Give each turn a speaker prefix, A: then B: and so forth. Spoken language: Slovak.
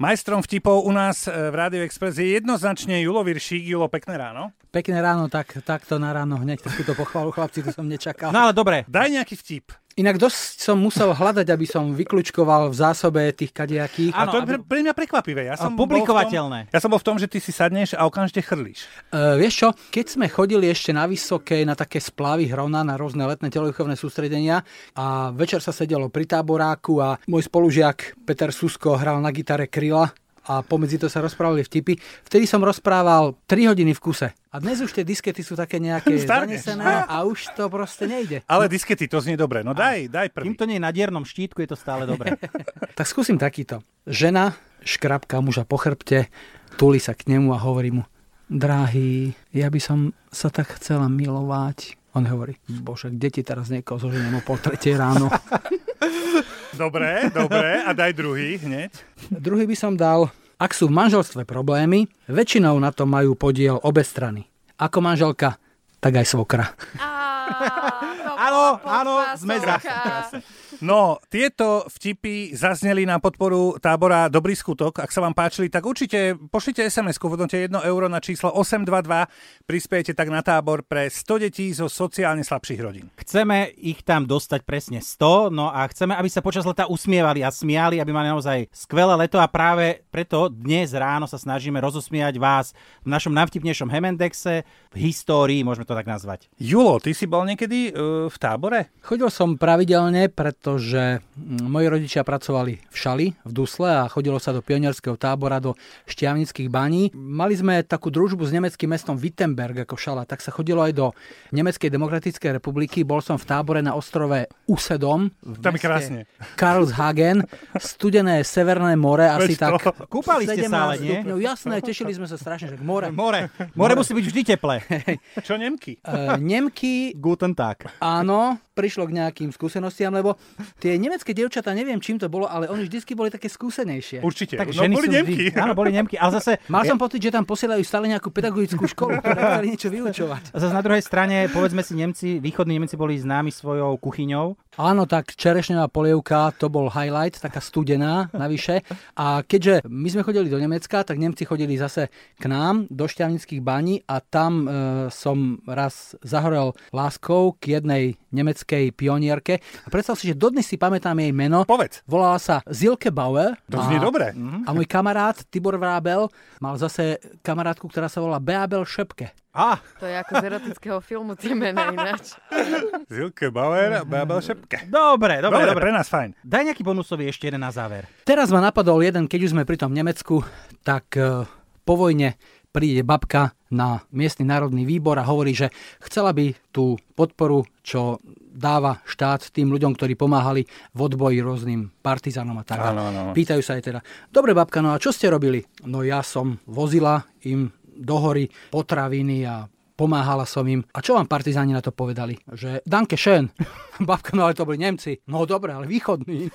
A: Majstrom vtipov u nás e, v Radio Express je jednoznačne Julo Viršík. Julo, pekné ráno.
B: Pekné ráno, tak, takto na ráno hneď takúto pochvalu, chlapci, to som nečakal.
C: No ale dobre.
A: Daj nejaký vtip.
B: Inak dosť som musel hľadať, aby som vykľúčkoval v zásobe tých kadejakých.
A: A
C: Áno,
A: to je
C: aby-
A: pre, pre mňa prekvapivé. Ja
C: A
A: som Bol v tom,
C: publikovateľné.
A: ja som bol v tom, že ty si sadneš a okamžite chrlíš.
B: Uh, vieš čo, keď sme chodili ešte na vysoké, na také splavy hrona, na rôzne letné telovýchovné sústredenia a večer sa sedelo pri táboráku a môj spolužiak Peter Susko hral na gitare kryla a pomedzi to sa rozprávali vtipy. Vtedy som rozprával 3 hodiny v kuse. A dnes už tie diskety sú také nejaké
A: Starneš.
B: zanesené a už to proste nejde.
A: Ale diskety, to znie dobre. No daj, daj prvý.
C: Kým to nie je na diernom štítku, je to stále dobre.
B: Tak skúsim takýto. Žena škrabka muža po chrbte, tuli sa k nemu a hovorí mu Drahý, ja by som sa tak chcela milovať. On hovorí, bože, kde ti teraz niekoho zoženiem o pol tretej ráno?
A: Dobre, dobre. A daj druhý hneď.
B: Druhý by som dal, ak sú v manželstve problémy, väčšinou na to majú podiel obe strany. Ako manželka, tak aj svokra.
C: Áno, áno, sme za.
A: No, tieto vtipy zazneli na podporu tábora Dobrý skutok. Ak sa vám páčili, tak určite pošlite SMS-ku v hodnote 1 euro na číslo 822. Prispiejete tak na tábor pre 100 detí zo sociálne slabších rodín.
C: Chceme ich tam dostať presne 100, no a chceme, aby sa počas leta usmievali a smiali, aby mali naozaj skvelé leto a práve preto dnes ráno sa snažíme rozosmiať vás v našom najvtipnejšom Hemendexe v histórii, môžeme to tak nazvať.
A: Julo, ty si bol niekedy uh, v tábore?
B: Chodil som pravidelne, pretože mm, moji rodičia pracovali v Šali, v Dusle a chodilo sa do pionierského tábora, do šťavnických baní. Mali sme takú družbu s nemeckým mestom Wittenberg ako Šala, tak sa chodilo aj do Nemeckej demokratickej republiky. Bol som v tábore na ostrove Usedom. v
A: Tam je
B: meste
A: krásne.
B: Karlshagen, studené severné more, asi
A: Veď to.
B: tak...
C: Kúpali ste sa ale,
B: 17
C: nie?
B: stupňov. Jasné, tešili sme sa strašne, že more.
C: More. More musí byť vždy teplé.
A: Čo Nemky?
B: Eh, Nemky
C: Guten Tag.
B: Áno, prišlo k nejakým skúsenostiam, lebo tie nemecké dievčatá, neviem čím to bolo, ale oni vždycky boli také skúsenejšie.
A: Určite.
C: Tak
A: no,
C: ženy
A: boli
C: sú
A: Nemky.
C: Vždy, áno, boli Nemky, ale zase...
B: Mal som pocit, že tam posielajú stále nejakú pedagogickú školu, ktorá chceli niečo vyučovať.
C: A zase na druhej strane, povedzme si, Nemci, východní Nemci boli známi svojou kuchyňou.
B: Áno, tak čerešňová polievka, to bol highlight, taká studená navyše. A keďže my sme chodili do Nemecka, tak Nemci chodili zase k nám do Šťavnických baní a tam e, som raz zahorel láskou k jednej nemeckej pionierke. A predstav si, že dodnes si pamätám jej meno.
A: Povedz.
B: Volala sa Zilke Bauer.
A: To
B: a- Mm.
A: znie dobre.
B: A môj kamarát Tibor Vrábel mal zase kamarátku, ktorá sa volá Beabel Šepke.
C: Ah,
D: To je ako z erotického filmu tie mená ináč.
A: Zilke Bauer, Babel Šepke.
C: dobre, dobre,
A: Dobre,
C: dobre.
A: pre nás fajn.
C: Daj nejaký bonusový ešte jeden na záver.
B: Teraz ma napadol jeden, keď už sme pri tom Nemecku, tak e, po vojne príde babka na miestny národný výbor a hovorí, že chcela by tú podporu, čo dáva štát tým ľuďom, ktorí pomáhali v odboji rôznym partizánom a tak.
A: Áno, áno.
B: Pýtajú sa aj teda, dobre babka, no a čo ste robili? No ja som vozila im do hory potraviny a pomáhala som im. A čo vám partizáni na to povedali? Že danke schön. Babka, no ale to boli Nemci. No dobre, ale východní.